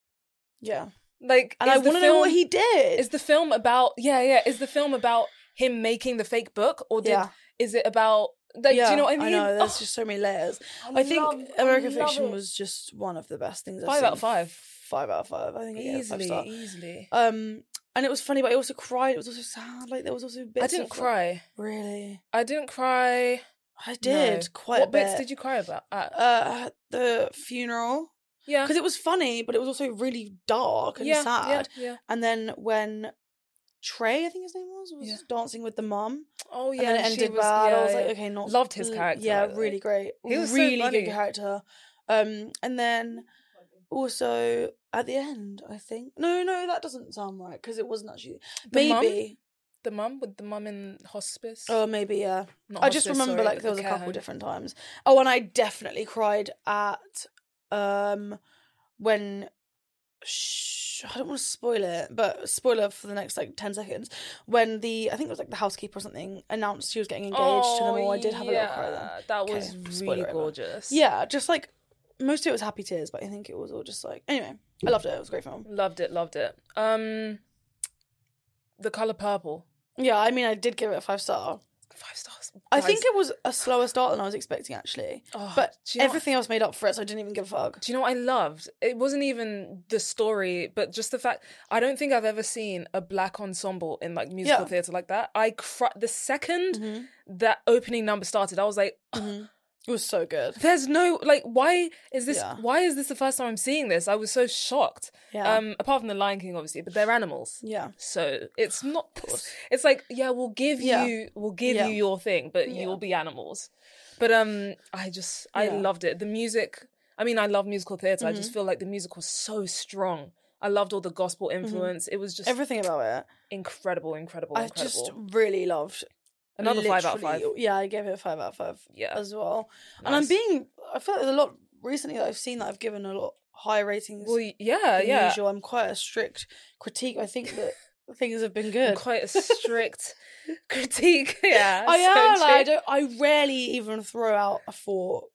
Speaker 2: Yeah.
Speaker 3: Like
Speaker 2: And I
Speaker 3: is the
Speaker 2: want to know what
Speaker 3: film-
Speaker 2: he did.
Speaker 3: is the film about yeah yeah is the film about him making the fake book or did
Speaker 2: Yeah.
Speaker 3: is it about like do you know what I mean?
Speaker 2: know. There's
Speaker 3: Oh,
Speaker 2: just so many layers.
Speaker 3: I
Speaker 2: I, think
Speaker 3: love- I
Speaker 2: American
Speaker 3: love
Speaker 2: Fiction
Speaker 3: it.
Speaker 2: was just one of the best things.
Speaker 3: Five
Speaker 2: I've
Speaker 3: out of
Speaker 2: seen.
Speaker 3: five.
Speaker 2: Five out of five. I think I gave it a five
Speaker 3: easily
Speaker 2: star.
Speaker 3: easily.
Speaker 2: Um, and it was funny, but I also cried. It was also sad. Like there was also bits.
Speaker 3: I didn't
Speaker 2: of, like-
Speaker 3: cry.
Speaker 2: really.
Speaker 3: I didn't cry.
Speaker 2: I did quite
Speaker 3: What
Speaker 2: a bit.
Speaker 3: bits did you cry about? at?
Speaker 2: Uh, at the funeral
Speaker 3: yeah.
Speaker 2: because it was funny, but it was also really dark and
Speaker 3: Uh. yeah,
Speaker 2: sad.
Speaker 3: Yeah, yeah.
Speaker 2: And then when Trey, I think his name was, was
Speaker 3: Yeah.
Speaker 2: dancing with the mum.
Speaker 3: Oh yeah.
Speaker 2: and then it
Speaker 3: and she
Speaker 2: ended
Speaker 3: was,
Speaker 2: bad. I
Speaker 3: yeah,
Speaker 2: was like,
Speaker 3: yeah.
Speaker 2: okay, not
Speaker 3: Loved his character,
Speaker 2: Yeah,
Speaker 3: by the way.
Speaker 2: really great.
Speaker 3: He was so
Speaker 2: really
Speaker 3: funny.
Speaker 2: good character. Um, and then also at the end, I think no, no, that doesn't sound right because it wasn't actually
Speaker 3: The mum?
Speaker 2: maybe.
Speaker 3: the mum with the mum in hospice.
Speaker 2: Oh, maybe yeah.
Speaker 3: Not
Speaker 2: I just
Speaker 3: hospice,
Speaker 2: remember
Speaker 3: Oh, sorry,
Speaker 2: like
Speaker 3: but
Speaker 2: there
Speaker 3: the
Speaker 2: was a
Speaker 3: care
Speaker 2: couple
Speaker 3: home.
Speaker 2: different times. Oh, and I definitely cried at um when sh- I don't want to spoil it, but spoiler for the next like ten seconds when the I think it was like the housekeeper or something announced she was getting engaged to them. all. I did have a little cry then.
Speaker 3: Oh, yeah, That
Speaker 2: Okay,
Speaker 3: was
Speaker 2: spoiler
Speaker 3: really
Speaker 2: over.
Speaker 3: gorgeous.
Speaker 2: Yeah, just like most of it was happy tears, but I think it was all just like anyway. I
Speaker 3: Mm.
Speaker 2: loved it. It was a great film.
Speaker 3: Loved it, loved it. Um The Colour Purple.
Speaker 2: Yeah, I mean, I did give it a five star.
Speaker 3: Five stars.
Speaker 2: I think it was a slower start than I was expecting actually,
Speaker 3: Oh,
Speaker 2: but
Speaker 3: do you know-
Speaker 2: everything else made up for it, so I didn't even give a fuck.
Speaker 3: do you know what I loved? It wasn't even the story, but just the fact I don't think I've ever seen a black ensemble in like musical
Speaker 2: Yeah.
Speaker 3: theatre like that. I cr- the 2nd
Speaker 2: Mm-hmm.
Speaker 3: that opening number started, I was like,
Speaker 2: It was so good.
Speaker 3: there's no like why is this
Speaker 2: Yeah.
Speaker 3: why is this the first time I'm seeing this? I was so shocked.
Speaker 2: Yeah.
Speaker 3: Um apart from the Lion King obviously, but they're animals.
Speaker 2: Yeah.
Speaker 3: So it's not it's like, yeah, we'll give
Speaker 2: Yeah.
Speaker 3: you we'll give
Speaker 2: Yeah.
Speaker 3: you your thing, but
Speaker 2: Yeah.
Speaker 3: you'll be animals. But um I just I
Speaker 2: Yeah. Mm-hmm.
Speaker 3: loved it. The music I mean I love musical theatre. I just feel like the music was so strong. I loved all the gospel
Speaker 2: Mm-hmm.
Speaker 3: influence. It was just
Speaker 2: Everything about it,
Speaker 3: incredible, incredible,
Speaker 2: I
Speaker 3: incredible.
Speaker 2: just really loved.
Speaker 3: Another five out of
Speaker 2: Literally-
Speaker 3: five.
Speaker 2: Yeah, I gave it a five out of five.
Speaker 3: Yeah.
Speaker 2: as well. And I'm
Speaker 3: Nice.
Speaker 2: being. I feel like there's a lot recently that I've seen that I've given a lot higher ratings
Speaker 3: Well yeah,
Speaker 2: than
Speaker 3: yeah.
Speaker 2: usual. I'm quite a strict critique. I think that things have been
Speaker 3: I'm
Speaker 2: good.
Speaker 3: Quite a strict critique. Yeah.
Speaker 2: I
Speaker 3: so
Speaker 2: am. like, I
Speaker 3: true.
Speaker 2: don't. I rarely even throw out a four.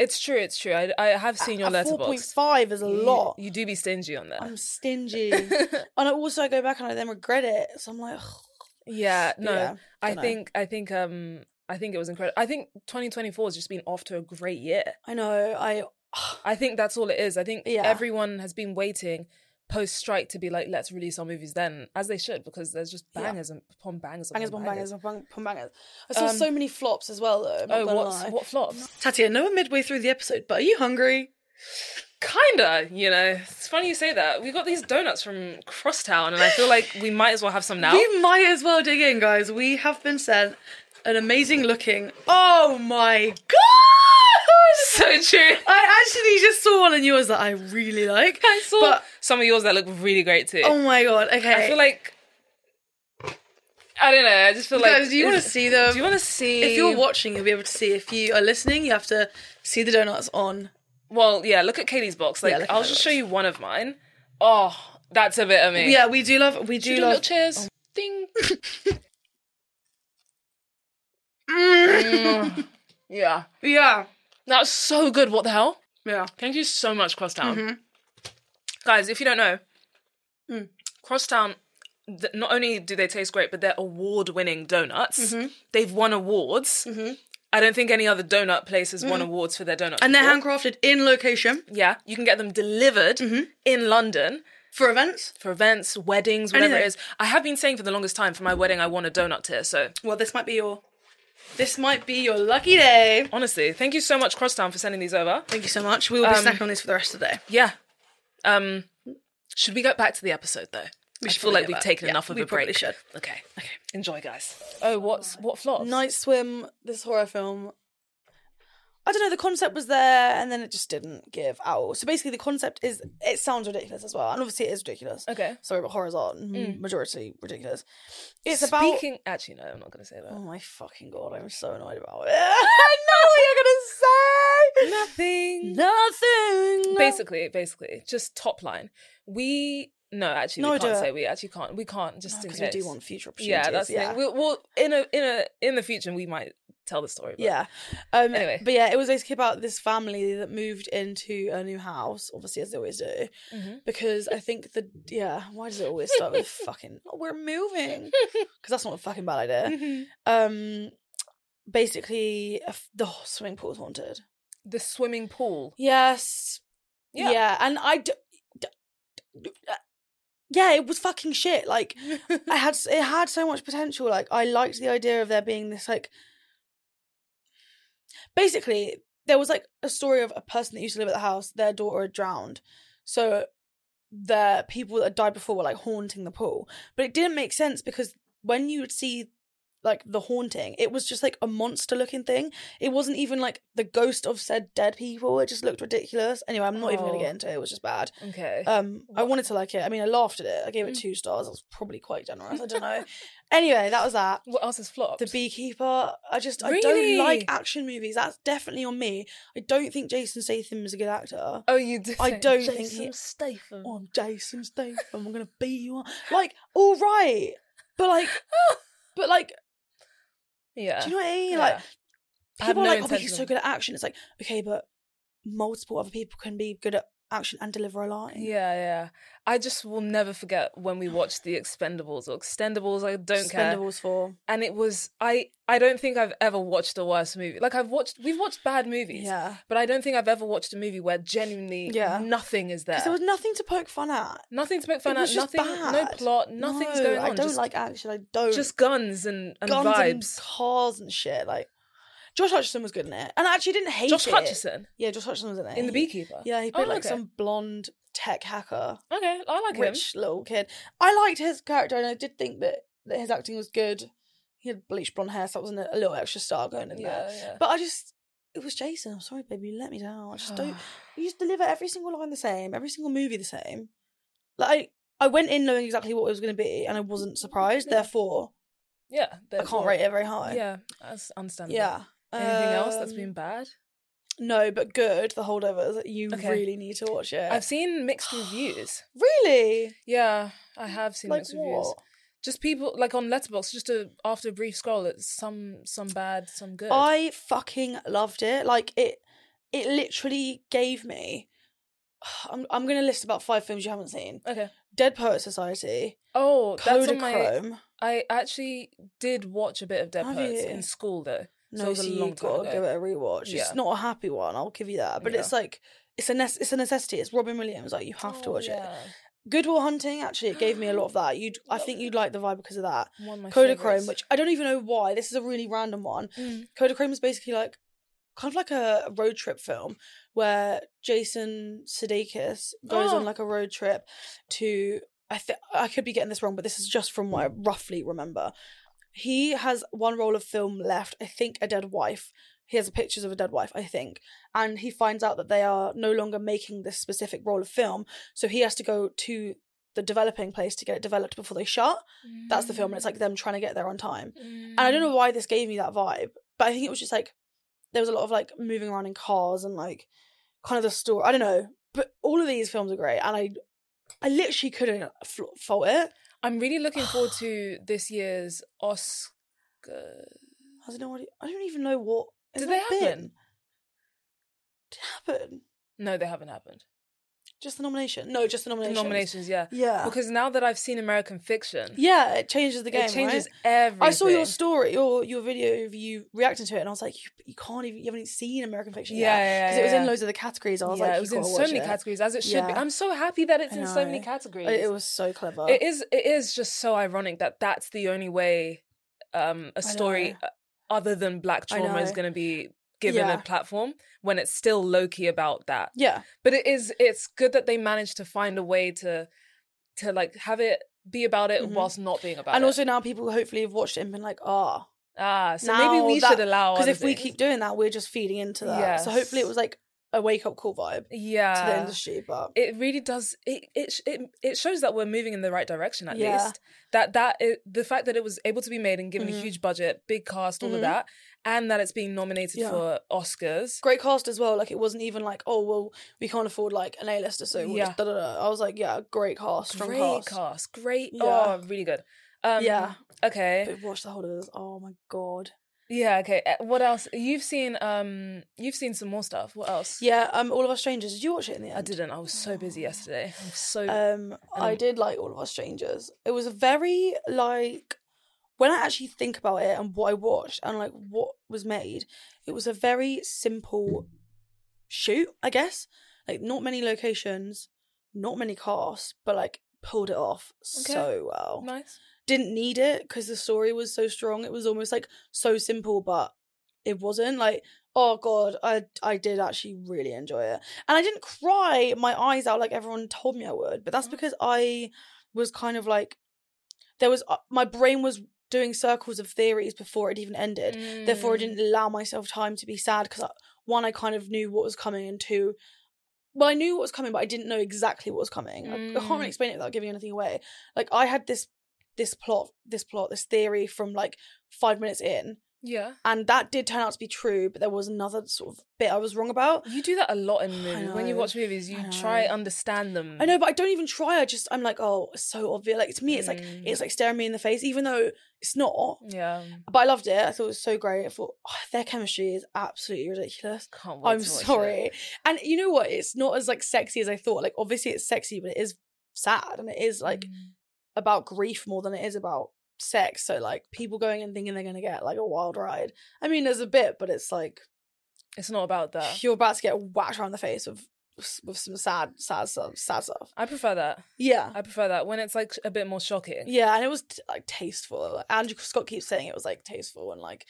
Speaker 3: It's true. It's true. I, I have seen your
Speaker 2: a four point
Speaker 3: letterbox.
Speaker 2: five is a
Speaker 3: You-
Speaker 2: lot.
Speaker 3: You, do be stingy on that.
Speaker 2: I'm stingy, and I also I go back and I then regret it. So I'm like, ugh,
Speaker 3: yeah. No.
Speaker 2: yeah,
Speaker 3: I
Speaker 2: dunno.
Speaker 3: think. I think. Um. I think it was incredible. I think 2024 has just been off to a great year.
Speaker 2: I know. I
Speaker 3: I think that's all it is. I think
Speaker 2: Yeah.
Speaker 3: everyone has been waiting post strike to be like, let's release our movies then, as they should, because there's just
Speaker 2: Yeah.
Speaker 3: bangers and upon bangers,
Speaker 2: bangers,
Speaker 3: upon
Speaker 2: bomb
Speaker 3: bangers.
Speaker 2: bangers, bang, bomb bangers. I saw
Speaker 3: Um,
Speaker 2: so many flops as well though. I'm not
Speaker 3: Oh,
Speaker 2: gonna
Speaker 3: what's,
Speaker 2: lie.
Speaker 3: what flops?
Speaker 2: Tatia, I know we're midway through the episode, but are you hungry?
Speaker 3: Kinda, you know. It's funny you say that. We got these donuts from Crosstown, and I feel like we might as well have some now.
Speaker 2: We might as well dig in, guys. We have been sent an amazing looking. Oh my god!
Speaker 3: so true.
Speaker 2: I actually just saw one and yours that I really like.
Speaker 3: I saw
Speaker 2: But,
Speaker 3: some of yours that look really great too.
Speaker 2: oh my god! Okay.
Speaker 3: I feel like I don't know. I just feel
Speaker 2: Guys,
Speaker 3: like
Speaker 2: do you wanna
Speaker 3: is-
Speaker 2: see them?
Speaker 3: Do you want to see?
Speaker 2: if you're watching, you'll be able to see. If you are listening, you have to see the donuts on.
Speaker 3: well, yeah. Look at Katie's box. Like
Speaker 2: Yeah, look at
Speaker 3: I'll
Speaker 2: my
Speaker 3: just
Speaker 2: box.
Speaker 3: show you one of mine. Oh, that's a bit of me.
Speaker 2: Yeah, oh. we do love. We do
Speaker 3: Do little
Speaker 2: love.
Speaker 3: cheers. Ding. Mm. Yeah,
Speaker 2: Yeah,
Speaker 3: that's so good. What the hell?
Speaker 2: yeah.
Speaker 3: Thank you so much, Crosstown. Guys, if you don't know, Crosstown, th- not only do they taste great, but they're award winning donuts. They've won awards. I don't think any other donut place has won awards for their donuts.
Speaker 2: And they're
Speaker 3: before.
Speaker 2: handcrafted in location
Speaker 3: Yeah, you can get them delivered in London
Speaker 2: for events.
Speaker 3: for events, weddings, whatever
Speaker 2: Anything.
Speaker 3: it is. I have been saying for the longest time for my wedding, I want a donut tier. So
Speaker 2: Well, this might be your. This might be your lucky day.
Speaker 3: honestly, thank you so much, Crosstown, for sending these over.
Speaker 2: Thank you so much. We will be snacking on this for the rest of the day.
Speaker 3: Yeah. Um, should we go back to the episode though? We
Speaker 2: should
Speaker 3: feel
Speaker 2: probably
Speaker 3: like
Speaker 2: go
Speaker 3: we've
Speaker 2: back.
Speaker 3: taken
Speaker 2: Yeah,
Speaker 3: enough of
Speaker 2: we
Speaker 3: a break.
Speaker 2: probably should.
Speaker 3: Okay. Okay. Enjoy, guys. Oh, what's what flops?
Speaker 2: Night Swim, this horror film. I don't know, the concept was there and then it just didn't give at all. So basically, the concept is it sounds ridiculous as well. And obviously, it is ridiculous.
Speaker 3: Okay.
Speaker 2: Sorry, but horrors are majority majority ridiculous. It's about.
Speaker 3: Speaking. Actually, no, I'm not going to say
Speaker 2: Oh
Speaker 3: that.
Speaker 2: my fucking god, I'm so annoyed about it. I know what you're gonna say!
Speaker 3: Nothing.
Speaker 2: Nothing!
Speaker 3: Basically, basically, just top line. We no, actually, we
Speaker 2: No, do
Speaker 3: can't
Speaker 2: it.
Speaker 3: say we actually can't. We can't just in
Speaker 2: Because we
Speaker 3: case.
Speaker 2: do want future opportunities.
Speaker 3: yeah, that's the thing. We'll, we'll in a in a in the future we might tell the story. but-
Speaker 2: Yeah. Um,
Speaker 3: Anyway.
Speaker 2: But yeah, it was basically about this family that moved into a new house, obviously, as they always do.
Speaker 3: Mm-hmm.
Speaker 2: Because I think the, yeah, why does it always start with fucking, oh, we're moving? Because that's not a fucking bad idea.
Speaker 3: Mhm.
Speaker 2: Um, Basically, a f- the whole swimming pool's haunted.
Speaker 3: the swimming pool.
Speaker 2: Yes. Yeah.
Speaker 3: Yeah.
Speaker 2: And I. D- d- d- uh, yeah, it was fucking shit. Like, I had s- it had so much potential. Like I liked the idea of there being this like basically there was like a story of a person that used to live at the house. Their daughter had drowned, so the people that had died before were like haunting the pool. But it didn't make sense because when you would see like the haunting, it was just like a monster looking thing. It wasn't even like the ghost of said dead people. It just looked ridiculous. Anyway, I'm not even gonna
Speaker 3: Oh.
Speaker 2: get into it. It was just bad.
Speaker 3: Okay.
Speaker 2: Um, I wanted to like it. I mean, I laughed at it. I gave it
Speaker 3: Mm.
Speaker 2: two stars. I was probably quite generous. I don't know. anyway, that was that.
Speaker 3: what else is flopped?
Speaker 2: The Beekeeper. I just I
Speaker 3: Really?
Speaker 2: don't like action movies. That's definitely on me. I don't think Jason Statham is a good actor.
Speaker 3: oh, you did.
Speaker 2: I
Speaker 3: say-
Speaker 2: don't think he.
Speaker 3: Statham.
Speaker 2: Oh, I'm Jason Statham. I'm gonna beat you up. Like, all right, but like, but like,
Speaker 3: Yeah.
Speaker 2: do you know what I mean? Like,
Speaker 3: yeah. I have
Speaker 2: people
Speaker 3: no
Speaker 2: are like, oh, but
Speaker 3: intention
Speaker 2: he's
Speaker 3: of-
Speaker 2: so good at action. It's like, okay, but multiple other people can be good at action and deliver a line.
Speaker 3: Yeah, yeah. I just will never forget when we watched the Expendables or Extendables. I don't care.
Speaker 2: Expendables four.
Speaker 3: And it was I. I don't think I've ever watched a worse movie. Like I've watched. We've watched bad movies.
Speaker 2: Yeah.
Speaker 3: But I don't think I've ever watched a movie where genuinely
Speaker 2: Yeah.
Speaker 3: nothing is there.
Speaker 2: Because there was nothing to poke fun at.
Speaker 3: nothing to make fun
Speaker 2: It was
Speaker 3: of.
Speaker 2: just
Speaker 3: Nothing. No
Speaker 2: bad.
Speaker 3: plot. Nothing's
Speaker 2: No,
Speaker 3: going on.
Speaker 2: I don't
Speaker 3: just,
Speaker 2: like action. I don't.
Speaker 3: just guns and, and
Speaker 2: guns
Speaker 3: vibes.
Speaker 2: and cars and shit. Like Josh Hutcherson was good in it, and I actually didn't hate
Speaker 3: Josh
Speaker 2: it.
Speaker 3: Hutcherson
Speaker 2: Yeah, Josh Hutcherson was in it.
Speaker 3: in The
Speaker 2: He-
Speaker 3: Beekeeper.
Speaker 2: Yeah, he played
Speaker 3: Oh,
Speaker 2: like
Speaker 3: okay.
Speaker 2: some blonde tech hacker,
Speaker 3: Okay, I like him.
Speaker 2: rich little kid. I liked his character, and I did think that, that his acting was good. He had bleached blonde hair, so that was a, a little extra star going in
Speaker 3: Yeah,
Speaker 2: there.
Speaker 3: yeah.
Speaker 2: But I just. It was Jason. I'm sorry, baby. You let me down. I just don't. you just deliver every single line the same, every single movie the same. Like I, I went in knowing exactly what it was going to be, and I wasn't surprised.
Speaker 3: Yeah.
Speaker 2: Therefore,
Speaker 3: yeah,
Speaker 2: I can't rate it very high.
Speaker 3: Yeah, that's understandable.
Speaker 2: yeah.
Speaker 3: Anything else that's
Speaker 2: Um,
Speaker 3: been bad?
Speaker 2: no, but good. The holdovers. You
Speaker 3: Okay.
Speaker 2: really need to watch it.
Speaker 3: I've seen mixed reviews.
Speaker 2: really
Speaker 3: Yeah, I have seen
Speaker 2: like
Speaker 3: mixed reviews.
Speaker 2: what?
Speaker 3: Just people like on Letterboxd, just a, after a brief scroll, it's some some bad, some good.
Speaker 2: I fucking loved it. Like it, it literally gave me. I'm I'm gonna list about five films you haven't seen:
Speaker 3: okay.
Speaker 2: Dead Poet Society,
Speaker 3: Oh, that's on my.
Speaker 2: Kodachrome.
Speaker 3: I actually did watch a bit of Dead
Speaker 2: Have
Speaker 3: Poets
Speaker 2: you?
Speaker 3: in school though. so it
Speaker 2: No,
Speaker 3: was
Speaker 2: so,
Speaker 3: a long
Speaker 2: you've
Speaker 3: time
Speaker 2: got to
Speaker 3: ago.
Speaker 2: give it a rewatch.
Speaker 3: Yeah.
Speaker 2: It's not a happy one. I'll give you that, but
Speaker 3: Yeah.
Speaker 2: it's like it's a nece- it's a necessity. It's Robin Williams. Like you have to
Speaker 3: Oh,
Speaker 2: watch it.
Speaker 3: yeah.
Speaker 2: Good Will Hunting actually it gave me a lot of that. You, would I think you'd like the vibe because of that.
Speaker 3: One of my
Speaker 2: Kodachrome,
Speaker 3: favourites.
Speaker 2: which I don't even know why. This is a really random one.
Speaker 3: Mm.
Speaker 2: Kodachrome is basically like kind of like a road trip film where Jason Sudeikis goes
Speaker 3: Oh.
Speaker 2: on like a road trip to I think I could be getting this wrong, but this is just from what I roughly remember. He has one roll of film left. I think a dead wife. He has pictures of a dead wife, I think, and he finds out that they are no longer making this specific roll of film, so he has to go to the developing place to get it developed before they shut. That's the film, and it's like them trying to get there on time.
Speaker 3: Mm.
Speaker 2: And I don't know why this gave me that vibe, but I think it was just like there was a lot of like moving around in cars and like kind of the story. I don't know, but all of these films are great, and I I literally couldn't f- fault it.
Speaker 3: I'm really looking forward to this year's Oscar.
Speaker 2: I don't know what it- I don't even know what has
Speaker 3: Did they
Speaker 2: that been?
Speaker 3: happen?
Speaker 2: Did it happen?
Speaker 3: No, they haven't happened.
Speaker 2: Just the nomination? No, just the nomination.
Speaker 3: Nominations, yeah.
Speaker 2: Yeah.
Speaker 3: Because now that I've seen American Fiction,
Speaker 2: yeah, it changes the game.
Speaker 3: it changes
Speaker 2: right?
Speaker 3: everything.
Speaker 2: I saw your story, your your video of you reacting to it, and I was like, you, you can't even you haven't even seen American Fiction yet
Speaker 3: Yeah, yeah,
Speaker 2: it was
Speaker 3: yeah,
Speaker 2: in
Speaker 3: yeah.
Speaker 2: loads of the categories. I was
Speaker 3: yeah,
Speaker 2: like,
Speaker 3: it
Speaker 2: you
Speaker 3: was in
Speaker 2: gotta
Speaker 3: so
Speaker 2: watch
Speaker 3: many
Speaker 2: it.
Speaker 3: categories as it should be.
Speaker 2: Yeah.
Speaker 3: I'm so happy that it's
Speaker 2: I
Speaker 3: in so many
Speaker 2: know.
Speaker 3: categories.
Speaker 2: It, it was so clever.
Speaker 3: It is. It is just so ironic that that's the only way um,
Speaker 2: know.
Speaker 3: a story uh, other than black
Speaker 2: I
Speaker 3: trauma is
Speaker 2: know.
Speaker 3: going to be given
Speaker 2: Yeah.
Speaker 3: a platform when it's still low key about that.
Speaker 2: Yeah,
Speaker 3: But it is. It's good that they managed to find a way to to like have it be about it
Speaker 2: Mhm.
Speaker 3: whilst not being about
Speaker 2: and
Speaker 3: it.
Speaker 2: also now people hopefully have watched it and been like, ah,
Speaker 3: ah, so maybe
Speaker 2: now
Speaker 3: we
Speaker 2: that-
Speaker 3: should allow
Speaker 2: because
Speaker 3: other
Speaker 2: if we
Speaker 3: things.
Speaker 2: keep doing that, we're just feeding into that. So hopefully it
Speaker 3: Oh, Yes.
Speaker 2: was like a wake up call vibe
Speaker 3: yeah
Speaker 2: to the industry. But
Speaker 3: it really does it, it sh- it it shows that we're moving in the right direction at
Speaker 2: Yeah.
Speaker 3: least that that it, the fact that it was able to be made and given a
Speaker 2: Mhm.
Speaker 3: huge budget big cast all
Speaker 2: Mhm.
Speaker 3: of that and that it's being nominated
Speaker 2: Yeah.
Speaker 3: for oscars
Speaker 2: great cast as well. Like it wasn't even like, oh well, we can't afford like an A lister, so we'll
Speaker 3: Yeah.
Speaker 2: just da da da. I was like, yeah, great cast, strong
Speaker 3: great
Speaker 2: cast.
Speaker 3: cast, great
Speaker 2: Yeah.
Speaker 3: oh really good um eh.
Speaker 2: Yeah.
Speaker 3: okay
Speaker 2: But watch the whole of this. Oh my god.
Speaker 3: Yeah. Okay. uh, What else? You've seen um you've seen some more stuff. What else?
Speaker 2: Yeah, um, All of Our Strangers. Did you watch it in the end?
Speaker 3: I didn't. I was so busy yesterday. I'm so
Speaker 2: Um, I did like All of Our Strangers. It was a very like when I actually think about it and what I watched and like what was made, it was a very simple shoot, I guess. Like not many locations, not many casts, but like pulled it off
Speaker 3: Okay.
Speaker 2: so well.
Speaker 3: nice.
Speaker 2: Didn't need it because the story was so strong. It was almost like so simple, but it wasn't like oh god i i did actually really enjoy it and i didn't cry my eyes out like everyone told me i would but that's
Speaker 3: Mhm.
Speaker 2: because i was kind of like there was uh, my brain was doing circles of theories before it even ended therefore i
Speaker 3: Mm,
Speaker 2: didn't allow myself time to be sad because one i kind of knew what was coming and two well i knew what was coming but i didn't know exactly what was coming I- I, can't
Speaker 3: Mm.
Speaker 2: really explain it without giving anything away like i had this this plot this plot this theory from like five minutes in
Speaker 3: Yeah.
Speaker 2: and that did turn out to be true but there was another sort of bit i was wrong about
Speaker 3: You do that a lot in movies. When you
Speaker 2: know,
Speaker 3: watch movies, you
Speaker 2: I
Speaker 3: try
Speaker 2: know.
Speaker 3: understand them.
Speaker 2: i know but i don't even try i just i'm like oh it's so obvious like to me it's like
Speaker 3: Mm.
Speaker 2: it's like staring me in the face even though it's not
Speaker 3: Yeah. um,
Speaker 2: but i loved it i thought it was so great i thought oh, their chemistry is absolutely ridiculous
Speaker 3: Can't wait.
Speaker 2: i'm
Speaker 3: to watch it.
Speaker 2: sorry and you know what it's not as like sexy as i thought like obviously it's sexy but it is sad and it is like
Speaker 3: Mm.
Speaker 2: about grief more than it is about sex so like people going and thinking they're gonna get like a wild ride i mean there's a bit but it's like
Speaker 3: it's not about that.
Speaker 2: you're about to get whacked around the face with with some sad, sad, stuff, sad stuff.
Speaker 3: I prefer that.
Speaker 2: Yeah,
Speaker 3: I prefer that when it's like a bit more shocking.
Speaker 2: yeah, and it was t- like tasteful. Andrew Scott keeps saying it was like tasteful and like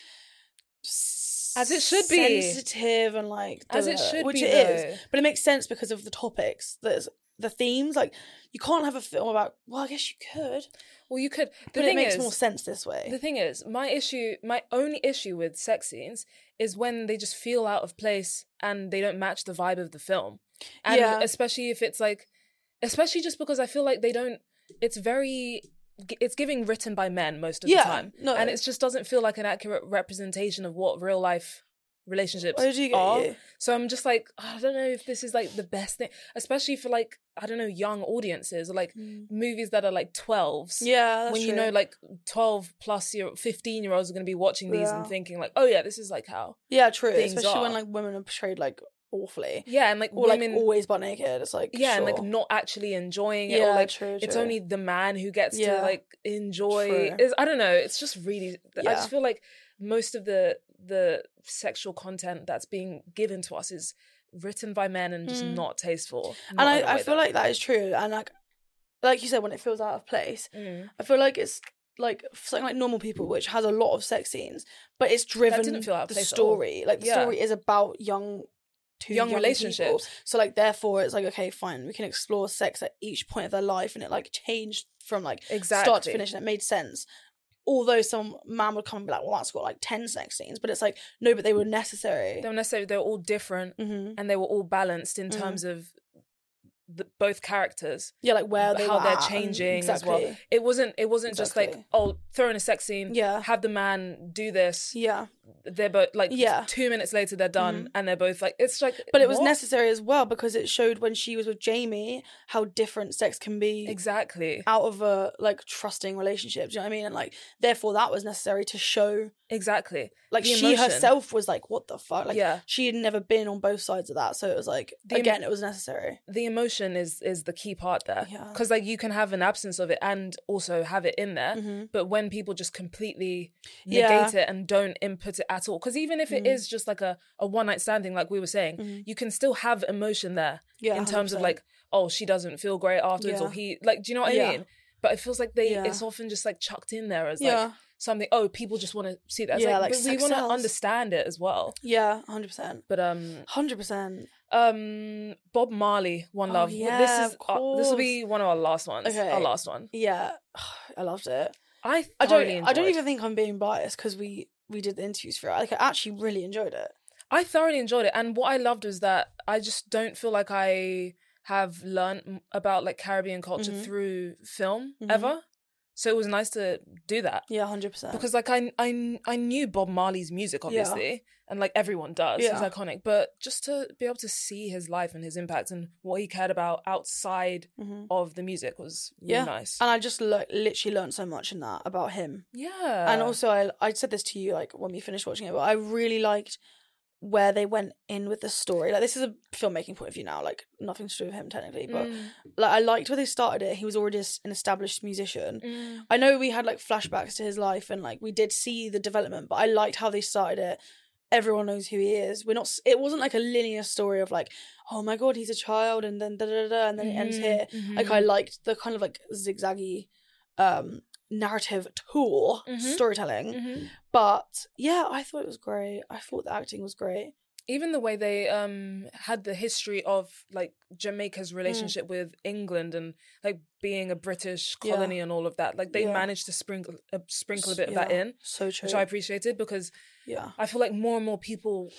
Speaker 3: As it should be.
Speaker 2: sensitive and like
Speaker 3: As it
Speaker 2: da-da-da,
Speaker 3: should
Speaker 2: which
Speaker 3: be,
Speaker 2: it is.
Speaker 3: though.
Speaker 2: But it makes sense because of the topics that's the themes. Like you can't have a film about. Well, I guess you could,
Speaker 3: Well, you could. The
Speaker 2: but
Speaker 3: thing
Speaker 2: it makes
Speaker 3: is,
Speaker 2: more sense this way.
Speaker 3: The thing is, my issue, my only issue with sex scenes is when they just feel out of place and they don't match the vibe of the film. And
Speaker 2: Yeah.
Speaker 3: especially if it's like, especially just because I feel like they don't, it's very, it's giving written by men most of
Speaker 2: Yeah,
Speaker 3: the time.
Speaker 2: no.
Speaker 3: And it just doesn't feel like an accurate representation of what real life relationships
Speaker 2: I do get
Speaker 3: are.
Speaker 2: you.
Speaker 3: So I'm just like, "Oh, I don't know if this is like the best thing, especially for like, I don't know, young audiences or like movies that are like 12s
Speaker 2: yeah, that's
Speaker 3: Mm. when you
Speaker 2: true.
Speaker 3: know like 12 plus year 15 year olds are going to be watching these and
Speaker 2: Yeah.
Speaker 3: thinking like oh yeah this is like how
Speaker 2: yeah, true.
Speaker 3: things
Speaker 2: Especially when
Speaker 3: are.
Speaker 2: like women are portrayed like awfully.
Speaker 3: yeah and like
Speaker 2: Or like
Speaker 3: women
Speaker 2: always butt naked. It's like
Speaker 3: yeah and
Speaker 2: sure.
Speaker 3: like not actually enjoying it
Speaker 2: Yeah,
Speaker 3: or like
Speaker 2: true,
Speaker 3: it's
Speaker 2: true.
Speaker 3: only the man who gets to
Speaker 2: Yeah.
Speaker 3: like enjoy
Speaker 2: True.
Speaker 3: is i don't know it's just really i
Speaker 2: Yeah.
Speaker 3: just feel like most of the the sexual content that's being given to us is written by men and just
Speaker 2: Mm.
Speaker 3: not tasteful
Speaker 2: and I, I feel like that is true and like like you said when it feels out of place
Speaker 3: Mm,
Speaker 2: i feel like it's like something like normal people which has a lot of sex scenes but it's driven
Speaker 3: didn't feel out of
Speaker 2: the
Speaker 3: place at all.
Speaker 2: story like the
Speaker 3: Yeah.
Speaker 2: story is about young two
Speaker 3: Young
Speaker 2: people.
Speaker 3: relationships.
Speaker 2: so like therefore it's like okay fine we can explore sex at each point of their life and it like changed from like
Speaker 3: exactly
Speaker 2: start to finish and it made sense although some man would come and be like well that's got like 10 sex scenes but it's like no but they were necessary
Speaker 3: they were necessarily they're all different
Speaker 2: hmm
Speaker 3: and they were all balanced in
Speaker 2: Mhm.
Speaker 3: terms of the, both characters
Speaker 2: yeah like where they
Speaker 3: how
Speaker 2: were
Speaker 3: they're
Speaker 2: at and-
Speaker 3: changing as well.
Speaker 2: exactly.
Speaker 3: It wasn't it wasn't just like
Speaker 2: Exactly.
Speaker 3: oh throw in a sex scene,
Speaker 2: Yeah.
Speaker 3: have the man do this.
Speaker 2: yeah
Speaker 3: They're both like
Speaker 2: Yeah. Mm-hmm.
Speaker 3: two minutes later they're done and they're both like it's like
Speaker 2: But it was
Speaker 3: what?
Speaker 2: necessary as well because it showed when she was with Jamie how different sex can be
Speaker 3: exactly
Speaker 2: out of a like trusting relationship. Do you know what I mean? And like therefore that was necessary to show
Speaker 3: exactly
Speaker 2: like
Speaker 3: The
Speaker 2: she
Speaker 3: emotion.
Speaker 2: herself was like, what the fuck? Like
Speaker 3: Yeah.
Speaker 2: she had never been on both sides of that. So it was like
Speaker 3: The em-
Speaker 2: again, it was necessary.
Speaker 3: the emotion is is the key part there
Speaker 2: Yeah.
Speaker 3: because like you can have an absence of it and also have it in there
Speaker 2: Mhm.
Speaker 3: but when people just completely
Speaker 2: Yeah.
Speaker 3: negate it and don't input it at all because even if it
Speaker 2: Mhm.
Speaker 3: is just like a, a one-night standing like we were saying
Speaker 2: Mhm.
Speaker 3: you can still have emotion there
Speaker 2: Yeah.
Speaker 3: Mm-hmm. in terms of
Speaker 2: 100%.
Speaker 3: like oh she doesn't feel great afterwards or
Speaker 2: Yeah.
Speaker 3: he like do you know what
Speaker 2: Yeah.
Speaker 3: i mean but it feels like they
Speaker 2: Yeah.
Speaker 3: it's often just like chucked in there as
Speaker 2: Yeah.
Speaker 3: like something oh people just want to see that It's
Speaker 2: Yeah,
Speaker 3: like,
Speaker 2: like
Speaker 3: but we
Speaker 2: sex
Speaker 3: want to
Speaker 2: sells.
Speaker 3: understand it as well
Speaker 2: Yeah, hundred percent.
Speaker 3: but um
Speaker 2: Hundred percent.
Speaker 3: um bob marley one
Speaker 2: Oh,
Speaker 3: love this
Speaker 2: yeah,
Speaker 3: is
Speaker 2: of
Speaker 3: uh, this will
Speaker 2: course.
Speaker 3: be one of our last ones our
Speaker 2: Okay.
Speaker 3: last one
Speaker 2: Yeah. I loved it.
Speaker 3: i
Speaker 2: I don't
Speaker 3: thoroughly
Speaker 2: I don't
Speaker 3: enjoyed-
Speaker 2: even think I'm being biased because we we did the interviews for it. Like I actually really enjoyed it.
Speaker 3: I thoroughly enjoyed it, and what I loved was that I just don't feel like I have learned m- about like Caribbean culture
Speaker 2: Mhm.
Speaker 3: through film
Speaker 2: Mhm.
Speaker 3: ever. So it was nice to do that
Speaker 2: Yeah, hundred percent.
Speaker 3: because like I I I knew Bob Marley's music obviously and like everyone does it's
Speaker 2: Yeah.
Speaker 3: iconic but just to be able to see his life and his impact and what he cared about outside
Speaker 2: Mhm.
Speaker 3: of the music was really
Speaker 2: Yeah.
Speaker 3: nice
Speaker 2: And I just lo- literally learned so much in that about him.
Speaker 3: yeah
Speaker 2: and also, I I said this to you like when we finished watching it, but I really liked where they went in with the story. Like this is a filmmaking point of view now, like nothing to do with him technically, but
Speaker 3: Mm,
Speaker 2: like I liked where they started it. He was already s- an established musician.
Speaker 3: mm.
Speaker 2: I know we had like flashbacks to his life and like we did see the development, but I liked how they started it. Everyone knows who he is. We're not. s- It wasn't like a linear story of like, oh my god, he's a child, and then da da da, da and then it ends
Speaker 3: Mhm,
Speaker 2: here. Like
Speaker 3: mhm.
Speaker 2: I liked the kind of like zigzaggy um narrative tool
Speaker 3: Mhm.
Speaker 2: storytelling.
Speaker 3: Mhm.
Speaker 2: But yeah, I thought it was great. I thought the acting was great.
Speaker 3: even the way they um had the history of like Jamaica's
Speaker 2: Mm.
Speaker 3: relationship with England and like being a British
Speaker 2: Yeah.
Speaker 3: colony and all of that like they
Speaker 2: Yeah.
Speaker 3: managed to sprinkle uh, sprinkle a bit of that
Speaker 2: Yeah,
Speaker 3: in
Speaker 2: So true.
Speaker 3: which I appreciated because
Speaker 2: yeah.
Speaker 3: I feel like more and more people,